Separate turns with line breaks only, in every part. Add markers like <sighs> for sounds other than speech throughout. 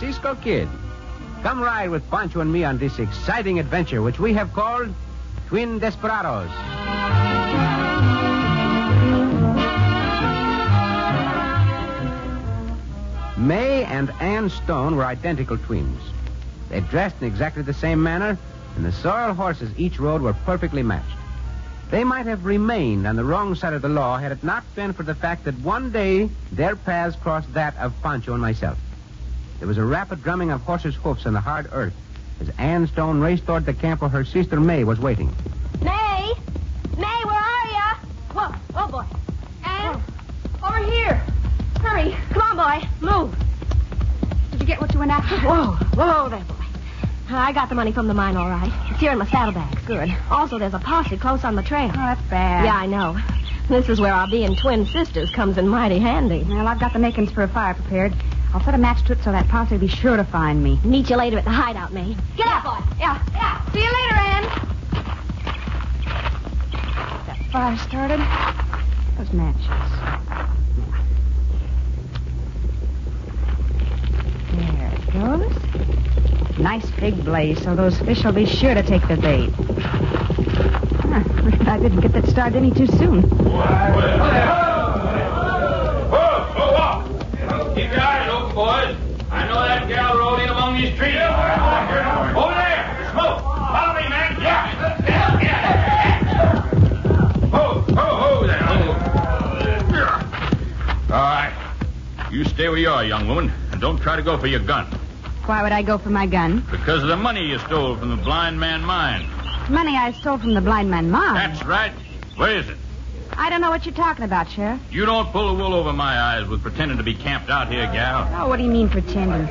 Chico Kid. Come ride with Pancho and me on this exciting adventure, which we have called Twin Desperados. May and Ann Stone were identical twins. They dressed in exactly the same manner, and the sorrel horses each rode were perfectly matched. They might have remained on the wrong side of the law had it not been for the fact that one day their paths crossed that of Pancho and myself. There was a rapid drumming of horses' hoofs on the hard earth as Ann Stone raced toward the camp where her sister May was waiting.
May! May, where are ya? Whoa, oh boy. Ann, over here. Hurry. Come on, boy. Move. Did you get what you went after? Whoa, whoa there, boy. I got the money from the mine, all right. It's here in my saddlebags. Good. Also, there's a posse close on the trail.
<laughs> Oh, that's bad.
Yeah, I know. This is where our being twin sisters comes in mighty handy.
Well, I've got the makings for a fire prepared. I'll put a match to it so that posse will be sure to find me.
Meet you later at the hideout, May.
Get up, boy.
Yeah.
Yeah.
See you later, Ann.
That fire started. Those matches. There it goes. Nice big blaze, so those fish will be sure to take their bait. Huh. I didn't get that started any too soon.
Keep your eyes open, boys. I know that gal rode in among these trees. Over there, smoke. Follow me, man. Yeah, yeah, yeah. Ho, ho, ho there. ho. Yeah. All right. You stay where you are, young woman, and don't try to go for your gun
Why would I go for my gun?
because of the money you stole from the blind man mine.
Money I stole from the blind man mom.
That's right. Where is it?
I don't know what you're talking about, Sheriff.
You don't pull the wool over my eyes with pretending to be camped out here, gal.
Oh, what do you mean pretending?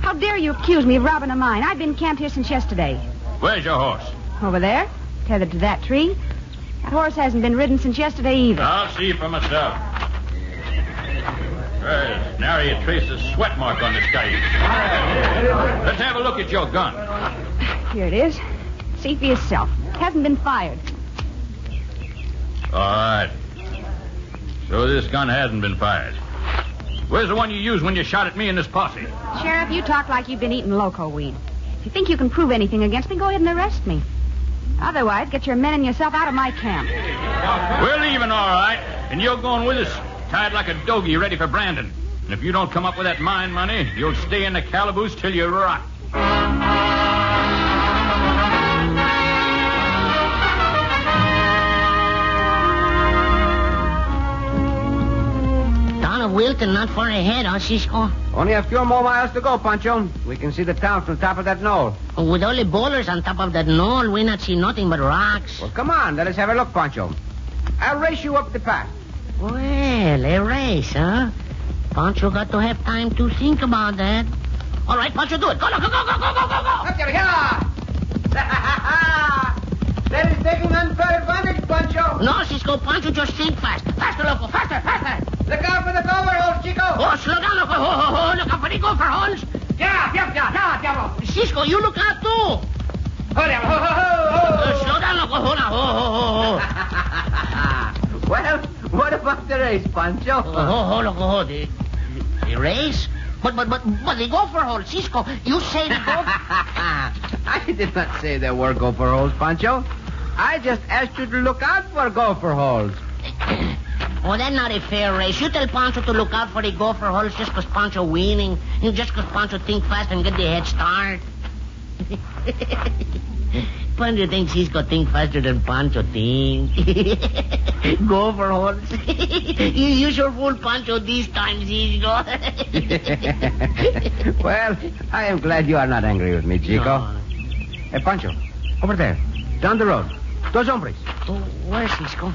How dare you accuse me of robbing a mine? I've been camped here since yesterday.
Where's your horse?
Over there, tethered to that tree. That horse hasn't been ridden since yesterday either.
I'll see for myself. There's nary a trace of sweat mark on this guy. Let's have a look at your gun.
Here it is. See for yourself. Hasn't been fired.
All right. So this gun hasn't been fired. Where's the one you used when you shot at me in this posse?
Sheriff, you talk like you've been eating loco weed. If you think you can prove anything against me, go ahead and arrest me. Otherwise, get your men and yourself out of my camp.
We're leaving, all right. And you're going with us, tied like a doggie ready for branding. And if you don't come up with that mine money, you'll stay in the calaboose till you rot.
Town of Wilton, not far ahead, huh, Cisco?
Only a few more miles to go, Pancho. We can see the town from the top of that knoll.
With all the boulders on top of that knoll, we not see nothing but rocks.
Well, come on, let us have a look, Pancho. I'll race you up the path.
Well, a race, huh? Pancho got to have time to think about that. All right, Pancho, do it. Go, go, go, go, go, go, go, go.
Look at <laughs> here! that is taking unfair advantage, Pancho.
No, Cisco, Pancho, just think fast. Faster, loco, faster, faster.
Look out for the cover, old Chico.
Oh, slow down, loco. Ho, ho, ho. Look out for the gopher horns.
Yeah, yeah, yeah, yeah, yeah.
Cisco, you look out, too.
Ho, there, ho,
Uh,
ho, ho, ho.
slow down, loco. Ho, now. ho, ho, ho, ho.
<laughs> well, what about the race, Pancho?
Oh, ho, ho, loco, ho. The, the race? But, but, but, but the gopher hole, Cisco, you say the gopher...
<laughs> I did not say there were gopher holes, Pancho. I just asked you to look out for gopher holes. <laughs>
Oh, that's not a fair race. You tell Pancho to look out for the gopher holes just 'cause Pancho winning. And just 'cause Pancho think fast and get the head start. <laughs> Pancho thinks Cisco think faster than Pancho think. <laughs> gopher holes. <laughs> you, you sure fool Pancho this time, Cisco.
well, I am glad you are not angry with me, Chico.
No.
Hey, Pancho, over there, down the road. Those hombres.
<laughs> Oh, where's Cisco?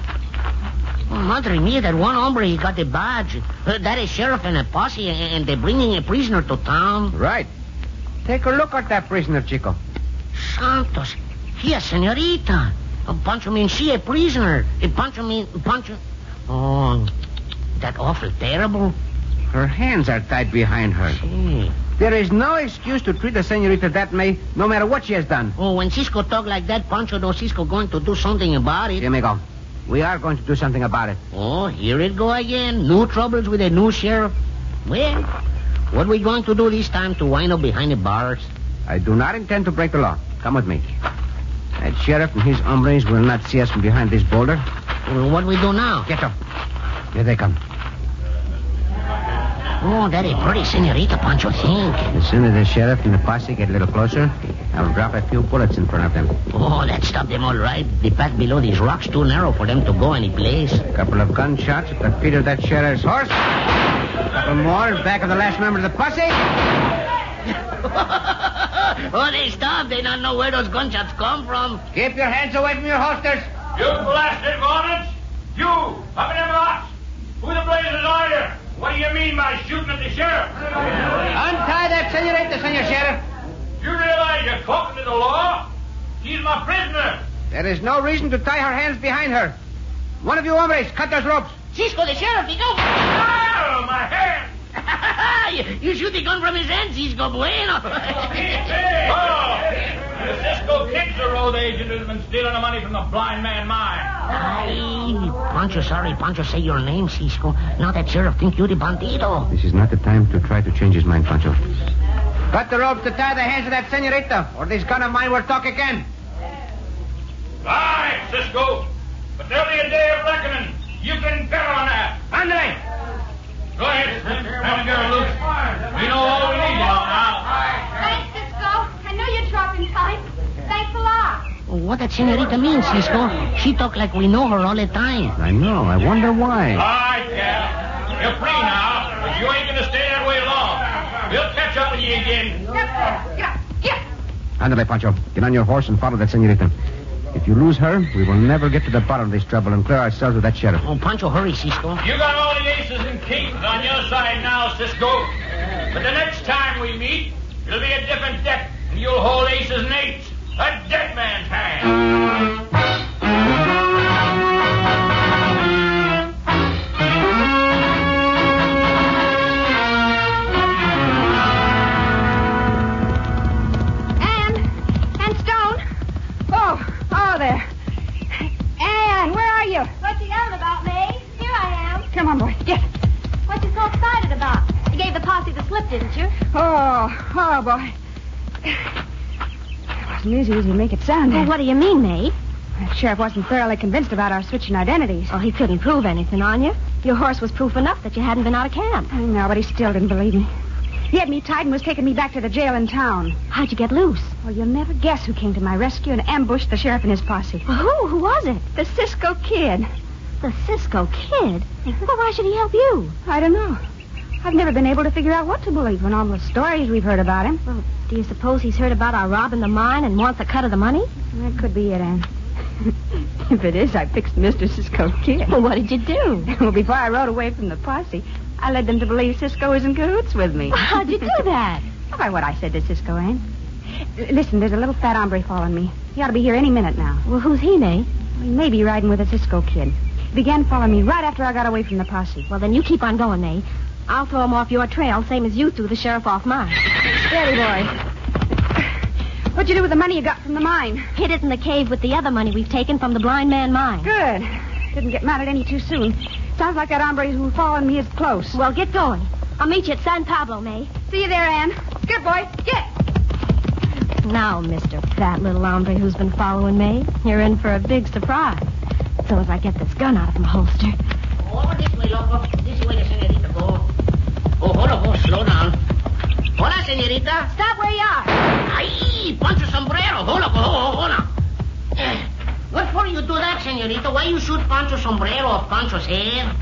Oh, madre mia, that one hombre, he got a badge. Uh, that is sheriff and a posse, a- and they're bringing a prisoner to town.
Right. Take a look at that prisoner, Chico.
Santos, he a senorita. Uh, Pancho means she a prisoner. Uh, Pancho mean Pancho... Oh, that awful terrible.
Her hands are tied behind her.
Gee.
There is no excuse to treat the senorita that way, no matter what she has done.
Oh, when Cisco talk like that, Pancho knows Cisco going to do something about it.
Amigo, we are going to do something about it.
Oh, here it go again. New troubles with a new sheriff. Well, What we going to do this time to wind up behind the bars?
I do not intend to break the law. Come with me. That sheriff and his hombres will not see us from behind this boulder.
Well, What we do now?
Get up. Here they come.
Oh, that a pretty senorita, Pancho. Think.
The sooner the sheriff and the posse get a little closer, I'll drop a few bullets in front of them.
Oh, that stopped them all right. The path below these rocks too narrow for them to go any place.
A couple of gunshots at the feet of that sheriff's horse. couple more in back of the last member of the posse.
oh, they stopped. They don't know where those gunshots come from.
Keep your hands away from your holsters.
You blasted varmints! You, up in them rocks! Who the blazes are you? What do you mean by shooting at the sheriff?
Untie that senorita, senor sheriff.
You realize you're talking to the law? She's my prisoner!
There is no reason to tie her hands behind her. One of you hombres, cut those ropes.
Cisco, the sheriff, he goes.
Oh, my hand!
<laughs> you, you shoot the gun from his hand, Cisco Bueno. <laughs>
Oh! The Cisco kicks the road agent who's been stealing the money from the blind man mine.
Ay, Pancho, sorry, Pancho, say your name, Cisco. Now that sheriff think you the bandito.
This is not the time to try to change his mind, Pancho. Cut the ropes to tie the hands of that senorita, or this gun of mine will talk again.
Aye, Cisco. But there'll be a day of reckoning. You can bet on that.
Andre!
Go ahead, Cisco. Have a girl loose. We know all we need now. now.
Thanks, Cisco. I knew you'd drop in time. Thanks a lot.
What that senorita means, Cisco? She talk like we know her all the time.
I know. I wonder why.
Aye, Cal. You're free now, but you ain't gonna stay that way long. We'll catch up with you again.
Get up there. Get up. Get up.
Andre, Pancho, get on your horse and follow that senorita. If you lose her, we will never get to the bottom of this trouble and clear ourselves of that sheriff.
Oh, Pancho, hurry, Cisco.
You got all the aces and kings on your side now, Cisco. But the next time we meet, it'll be a different deck, and you'll hold aces and eights. A dead man's hand.
Anne. Anne Stone. Oh, oh, there. Anne, where are you?
What you yelling about, May? Here I am.
Come on, boy. Get.
What you so excited about? You gave the posse the slip, didn't you?
Oh, oh, boy.
It wasn't easy as you make it sound.
Well, what do you mean, May?
The sheriff wasn't thoroughly convinced about our switching identities.
Oh, he couldn't prove anything on you. Your horse was proof enough that you hadn't been out of camp.
No, but he still didn't believe me. He had me tied and was taking me back to the jail in town.
How'd you get loose?
Well, you'll never guess who came to my rescue and ambushed the sheriff and his posse.
Well, who? Who was it?
The Cisco Kid.
The Cisco Kid. well, why should he help you?
I don't know. I've never been able to figure out what to believe when all the stories we've heard about him.
Well, do you suppose he's heard about our robbing the mine and wants a cut of the money?
That could be it, Anne. <laughs> if it is, I fixed Mr. Cisco Kid.
Well, what did you do?
<laughs> well, before I rode away from the posse, I led them to believe Cisco was in cahoots with me.
Well, How'd you
<laughs>
do that?
Why, what I said to Cisco, Anne. L- listen, there's a little fat hombre following me. He ought to be here any minute now.
Well, who's he, May?
He may be riding with a Cisco kid. He began following me right after I got away from the posse.
Well, then you keep on going, May. I'll throw him off your trail, same as you threw the sheriff off
<laughs>
mine.
Steady, boy. What'd you do with the money you got from the mine?
Hid it in the cave with the other money we've taken from the blind man mine.
Good. Didn't get mad at any too soon. Sounds like that hombre who followed me is close.
Well, get going. I'll meet you at San Pablo, May.
See you there, Anne. Good boy. Get.
Now, mister, that little hombre who's been following May, you're in for a big surprise. As soon as I get this gun out of my holster.
Over Oh, this way, loco. This way, the senorita go. Oh, hold up, oh, slow down. Hola, senorita.
Stop where you are.
Ay, Pancho Sombrero. Hold up, oh, hold up. Eh, What for you do that, senorita? Why you shoot Pancho Sombrero off Pancho's head?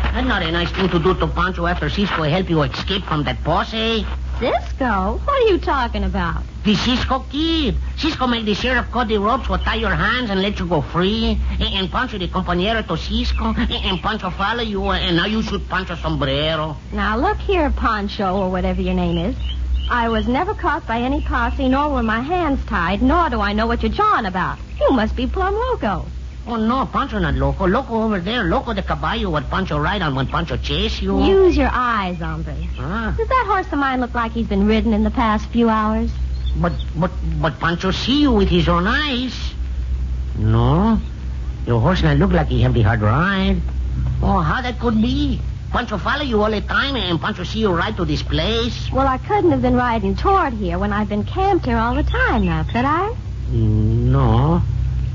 That's not a nice thing to do to Pancho after Cisco help you escape from that posse.
Cisco? What are you talking about?
The Cisco kid. Cisco make the sheriff cut the ropes or tie your hands and let you go free. And, and Pancho the compañero to Cisco. And, and Pancho follow you, eh, and now you shoot Pancho Sombrero.
Now, look here, Poncho, or whatever your name is. I was never caught by any posse, nor were my hands tied, nor do I know what you're jawing about. You must be plumb loco.
Oh, no, Pancho not loco. Loco over there. Loco the caballo what Pancho ride on when Pancho chase you. Ah.
Use your eyes, hombre.
Huh?
Does that horse of mine look like he's been ridden in the past few hours?
But, but, but Pancho see you with his own eyes. No. Your horse not look like he have the hard ride. Oh, how that could be?
Pancho follow you all the time, and Pancho see you right to this place.
Well, I couldn't have been riding toward here when I've been camped here all the time now, could I?
No.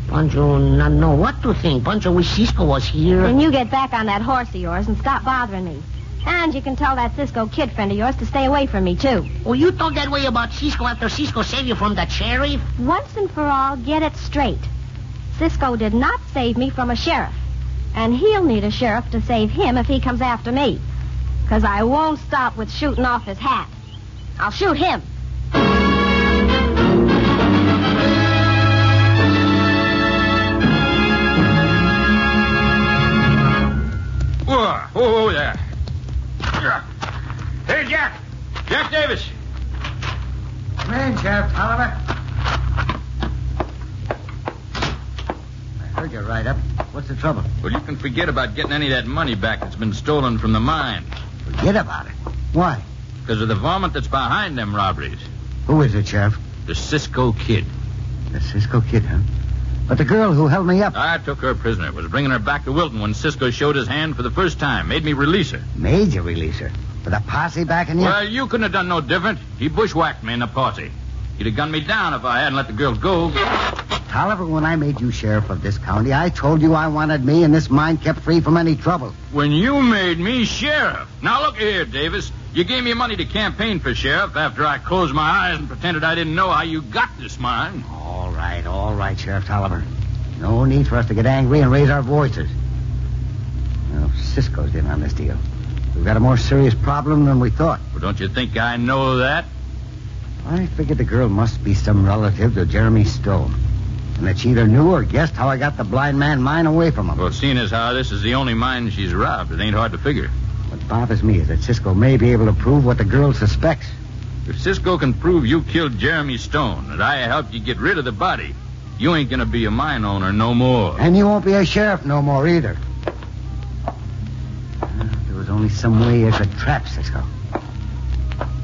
Pancho not know what to think. Pancho wish Cisco was here.
Then you get back on that horse of yours and stop bothering me. And you can tell that Cisco kid friend of yours to stay away from me, too.
Well, Oh, you talk that way about Cisco after Cisco save you from that sheriff?
Once and for all, get it straight. Cisco did not save me from a sheriff. And he'll need a sheriff to save him if he comes after me. Because I won't stop with shooting off his hat. I'll shoot him.
Whoa, whoa, whoa there. Yeah. Hey, Jack. Jack Davis.
Come in, Sheriff Tolliver. I heard you right up. What's the trouble?
Well, you can forget about getting any of that money back that's been stolen from the mine
Forget about it. Why?
because of the vomit that's behind them robberies.
Who is it, Sheriff?
The Cisco Kid.
The Cisco Kid, huh? But the girl who held me up
I took her prisoner. Was bringing her back to Wilton when Cisco showed his hand for the first time. Made me release her.
made you release her. With a posse backing you?
Well, you couldn't have done no different. He bushwhacked me in the posse. He'd have gunned me down if I hadn't let the girl go.
Tolliver, when I made you sheriff of this county, I told you I wanted me and this mine kept free from any trouble.
When you made me sheriff. Now look here, Davis. You gave me money to campaign for sheriff after I closed my eyes and pretended I didn't know how you got this mine.
All right, all right, Sheriff Tolliver. No need for us to get angry and raise our voices. Well, Cisco's in on this deal. We've got a more serious problem than we thought.
Well, don't you think I know that?
I figured the girl must be some relative to Jeremy Stone. And that she either knew or guessed how I got the blind man mine away from him.
Well, seeing as how this is the only mine she's robbed, it ain't hard to figure.
What bothers me is that Cisco may be able to prove what the girl suspects.
If Cisco can prove you killed Jeremy Stone and I helped you get rid of the body, you ain't gonna be a mine owner no more.
And you won't be a sheriff no more either. Uh, There was only some way you could trap Cisco.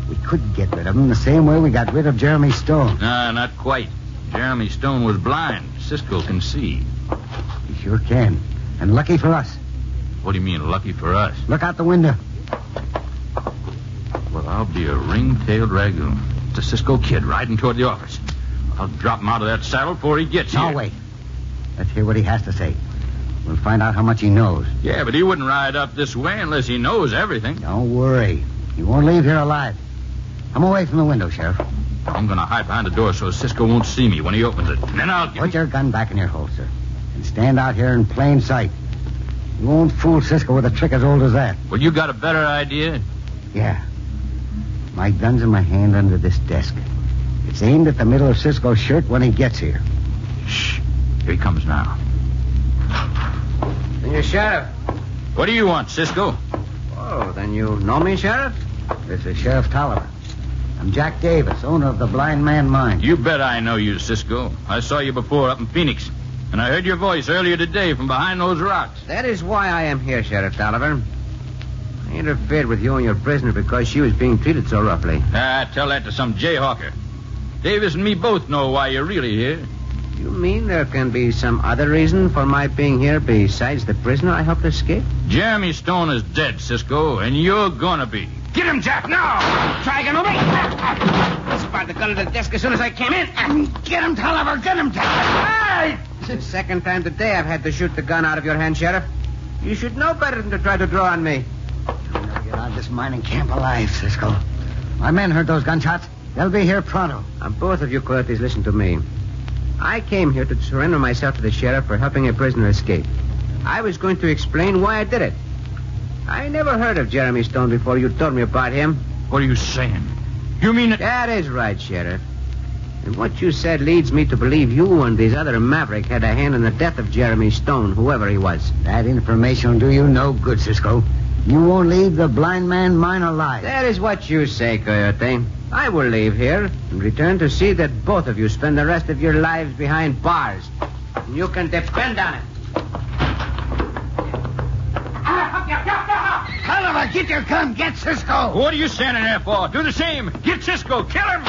We could get rid of him the same way we got rid of Jeremy Stone.
No, not quite. Jeremy Stone was blind. Cisco can see.
He sure can. And lucky for us.
What do you mean, lucky for us?
Look out the window.
Well, I'll be a ring-tailed ragoon. It's a Cisco kid riding toward the office. I'll drop him out of that saddle before he gets
No,
here.
wait. Let's hear what he has to say. We'll find out how much he knows.
Yeah, but he wouldn't ride up this way unless he knows everything.
Don't worry. You won't leave here alive. Come away from the window, Sheriff.
I'm gonna hide behind the door so Cisco won't see me when he opens it. Then I'll get
Put your gun back in your holster and stand out here in plain sight. You won't fool Cisco with a trick as old as that.
Well, you got a better idea?
Yeah. My gun's in my hand under this desk. It's aimed at the middle of Cisco's shirt when he gets here.
Shh. Here he comes now.
Then you're sheriff.
What do you want, Cisco?
Oh, then you know me, sheriff?
This is Sheriff Tolliver. I'm Jack Davis, owner of the Blind Man Mine.
You bet I know you, Cisco. I saw you before up in Phoenix. And I heard your voice earlier today from behind those rocks.
That is why I am here, Sheriff Tolliver. I interfered with you and your prisoner because she was being treated so roughly.
Ah, tell that to some jayhawker. Davis and me both know why you're really here.
You mean there can be some other reason for my being here besides the prisoner I helped escape?
Jeremy Stone is dead, Cisco, and you're gonna be.
Get him, Jack, now! Try again, Obi. I spotted the gun at the desk as soon as I came in. Get him, Tolliver! Get him, Tolliver! Hey!
Second time today I've had to shoot the gun out of your hand, Sheriff. You should know better than to try to draw on me.
You'll never get out of this mining camp alive, Cisco. My men heard those gunshots. They'll be here pronto.
Now, both of you coyotes, listen to me. I came here to surrender myself to the sheriff for helping a prisoner escape. I was going to explain why I did it. I never heard of Jeremy Stone before you told me about him.
What are you saying? You mean that.
That is right, Sheriff. And what you said leads me to believe you and these other maverick had a hand in the death of Jeremy Stone, whoever he was.
That information will do you no good, Cisco. You won't leave the blind man mine alive.
That is what you say, Coyote. I will leave here and return to see that both of you spend the rest of your lives behind bars. And you can depend on it.
Tolliver, get your gun! Get Cisco!
What are you standing there for? Do the same. Get Cisco. Kill him.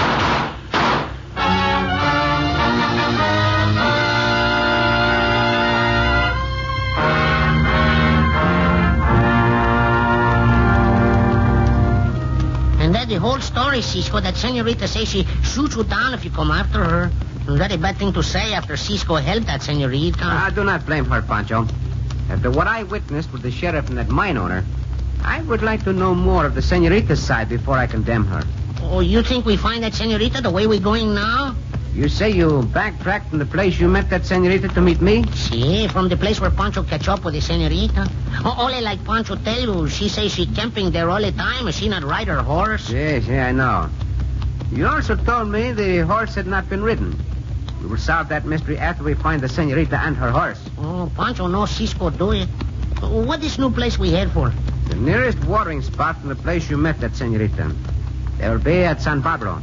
worry, Cisco. That senorita says she shoots you down if you come after her. Very bad thing to say after Cisco helped that senorita.
Ah,
I do not blame her, Pancho. After what I witnessed with the sheriff and that mine owner, I would like to know more of the senorita's side before I condemn her.
oh, you think we find that senorita the way we're going now?
You say you backtracked from the place you met that senorita to meet me?
See, from the place where Pancho catch up with the senorita. O- Only like Pancho tell you, she says she camping there all the time and she not ride her horse.
Yes, yeah, I know. You also told me the horse had not been ridden. We will solve that mystery after we find the senorita and her horse.
Oh, Pancho no Cisco do it. What this new place we head for?
The nearest watering spot from the place you met that senorita. They will be at San Pablo.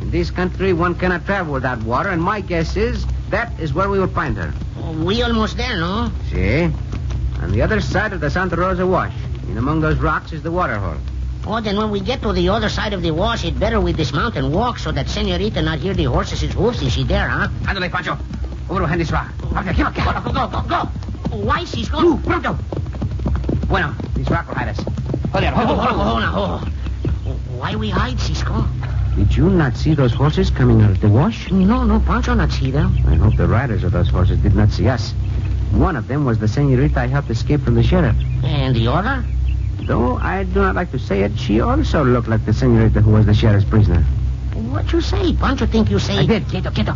In this country, one cannot travel without water, and my guess is that is where we will find her.
Oh, we almost there, no?
See? On the other side of the Santa Rosa Wash, in among those rocks, is the water hole.
Oh, then when we get to the other side of the wash, it better we dismount and walk so that senorita not hear the horses' hoofs if she there, huh?
Andale, Pancho. Over to Henry's rock. Okay, give up, give up.
Go, go, go, go. Why Cisco?
Tú, pronto. Bueno, this rock will hide us. Hold on,
Hold
hold
on,
on,
hold on, hold on. Why we hide, Cisco?
Did you not see those horses coming out of the wash?
No, no, Pancho not see them.
I hope the riders of those horses did not see us. One of them was the senorita I helped escape from the sheriff.
And the other?
Though I do not like to say it, she also looked like the senorita who was the sheriff's prisoner.
What you say? Pancho think you say...
I did.
Quieto, quieto.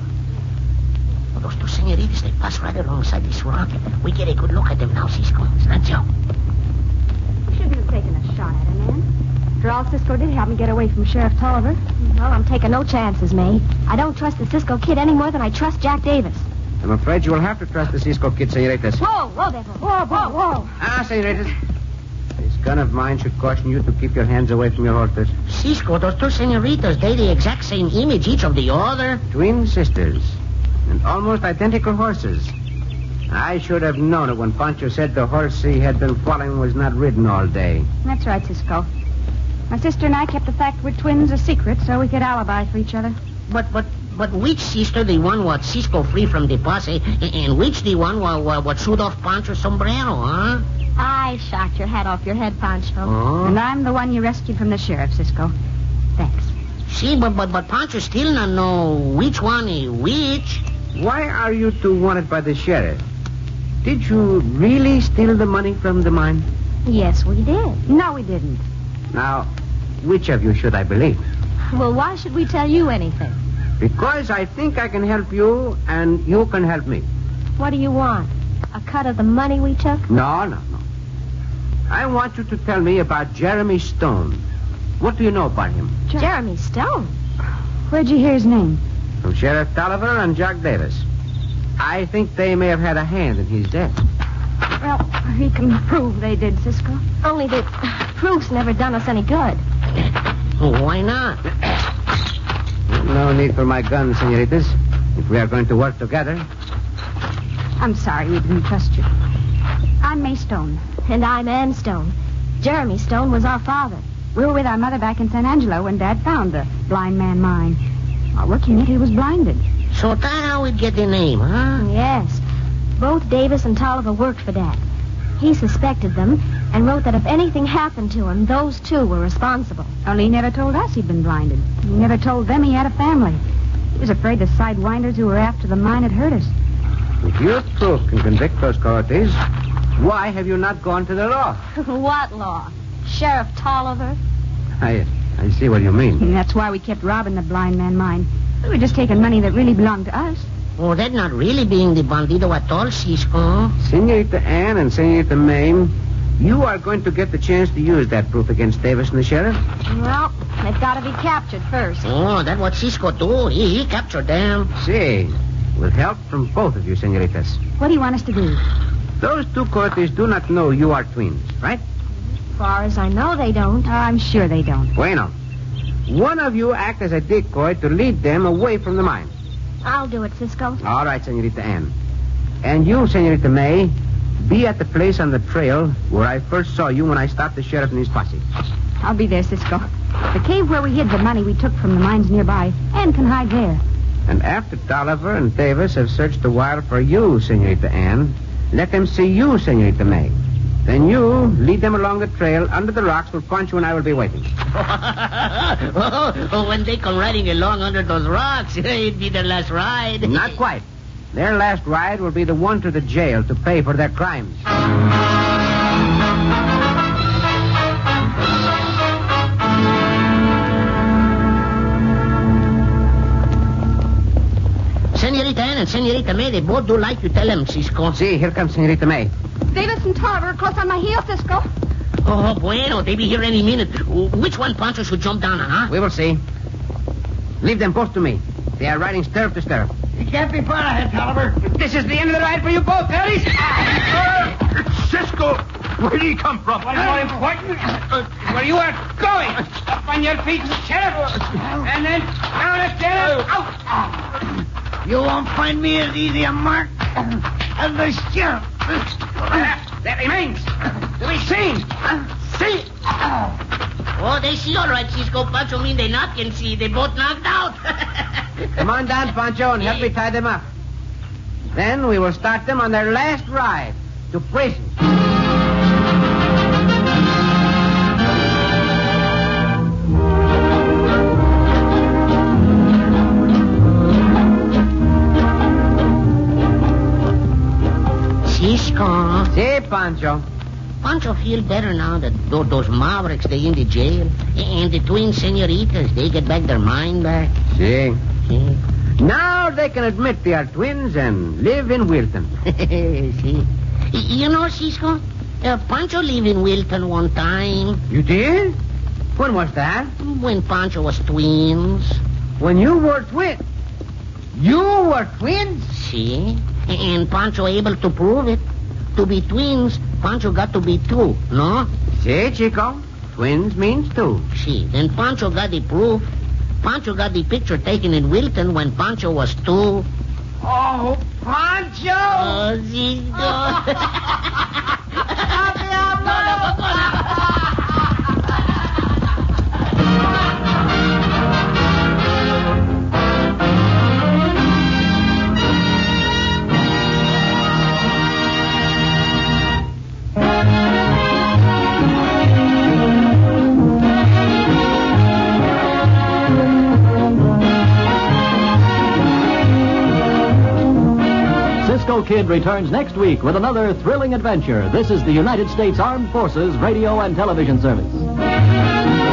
Oh, those two senoritas, they pass right alongside this rock. We get a good look at them now, Cisco. Sancho.
Shouldn't have taken a shot at him, man. After all, Cisco did help me get away from Sheriff Tolliver. Well, I'm taking no chances, May. I don't trust the Cisco kid any more than I trust Jack Davis.
I'm afraid you will have to trust the Cisco kid, senoritas.
Whoa, whoa, there. Whoa, whoa, whoa.
Ah, senoritas. This gun of mine should caution you to keep your hands away from your horses.
Cisco, those two senoritas, they the exact same image, each of the other.
Twin sisters. And almost identical horses. I should have known it when Pancho said the horse he had been following was not ridden all day.
That's right, Cisco. My sister and I kept the fact we're twins a secret so we could alibi for each other.
But, but, but which sister, the one what Cisco free from the posse, and- and which the one what, what, what shoot off Pancho's sombrero, huh?
I shocked your hat off your head, Pancho.
Oh?
And I'm the one you rescued from the sheriff, Cisco. Thanks.
See, but, but, but Pancho still not know which one is which.
Why are you two wanted by the sheriff? Did you really steal the money from the mine?
Yes, we did.
No, we didn't.
Now, which of you should I believe?
Well, why should we tell you anything?
Because I think I can help you, and you can help me.
What do you want? A cut of the money we took?
No, no, no. I want you to tell me about Jeremy Stone. What do you know about him?
Jeremy Stone.
Where'd you hear his name?
From Sheriff Tolliver and Jack Davis. I think they may have had a hand in his death.
Well, he can prove they did, Cisco.
Only the <sighs> proof's never done us any good.
Why not?
No need for my gun, senoritas. If we are going to work together,
I'm sorry we didn't trust you. I'm May Stone.
And I'm Ann
<laughs>
Stone. Jeremy Stone was our father.
We were with our mother back in San Angelo when Dad found the blind man mine. While looking at it, he was blinded.
So that how we get the name, huh?
Yes. Both Davis and Tolliver worked for Dad. He suspected them and wrote that if anything happened to him, those two were responsible.
Only he never told us he'd been blinded. He never told them he had a family. He was afraid the sidewinders who were after the mine had hurt us.
if your proof can convict those coyotes, why have you not gone to the law?
what law? Sheriff Tolliver?
I, I see what you mean.
And that's why we kept robbing the blind man mine. We were just taking money that really belonged to us.
Oh, that not really being the bandito at all, Cisco.
Senorita Ann and Senorita Mame, you are going to get the chance to use that proof against Davis and the sheriff.
Well, they've got to be captured first.
Oh, that what Cisco do. He, he captured them.
See, with help from both of you, senoritas.
What do you want us to do?
Those two coyotes do not know you are twins, right?
As far as I know, they don't.
Oh, I'm sure they don't.
Bueno. One of you act as a decoy to lead them away from the mine.
I'll do it, Cisco.
All right, Senorita Ann. And you, Senorita May, be at the place on the trail where I first saw you when I stopped the sheriff and his posse.
I'll be there, Cisco. The cave where we hid the money we took from the mines nearby, and can hide there.
And after Tolliver and Davis have searched the wild for you, Senorita Ann, let them see you, Senorita May. Then you lead them along the trail under the rocks where Pancho and I will be waiting.
<laughs> oh, when they come riding along under those rocks, <laughs> it'd be their last ride.
Not quite. Their last ride will be the one to the jail to pay for their crimes.
Senorita Ann and Senorita May, they both do like you tell them, Cisco.
See, here comes Senorita May.
Davis and Tarver are close on my heels, Cisco.
Oh, bueno, they be here any minute. Which one Pancho should jump down on, huh?
We will see. Leave them both to me. They are riding stirrup to stirrup.
You can't be far ahead, Tolliver. This is the end of the ride for you both, Harry.
Cisco, where did he come from? Uh,
What's more important? Where you are going. Up on your feet,
<laughs>
Sheriff. And then down it, Sheriff. Out.
You won't find me as easy a mark as the sheriff.
That, that remains to be seen. See?
Oh, they see all right, Cisco. Pancho mean they not can see. They both knocked <laughs> out.
Come on down, Pancho, and help me tie them up. Then we will start them on their last ride to prison.
Cisco.
See, Pancho.
Pancho feel better now that tho- those Mavericks, they in the jail. And the twin senoritas, they get back their mind back.
See.
See?
Now they can admit they are twins and live in Wilton.
<laughs> See? Y- You know, Cisco, uh, Pancho lived in Wilton one time
You did? When was that?
when Pancho was twins.
When you were twins. You were twins?
See? And Pancho able to prove it. To be twins, Pancho got to be two, no?
See, Chico. Twins means two.
See, then Pancho got the proof. Pancho got the picture taken in Wilton when Pancho was
<laughs>
two.
Oh, Pancho!
Oh,
<laughs>
Cisco.
Cisco Kid returns next week with another thrilling adventure. This is the United States Armed Forces Radio and Television Service.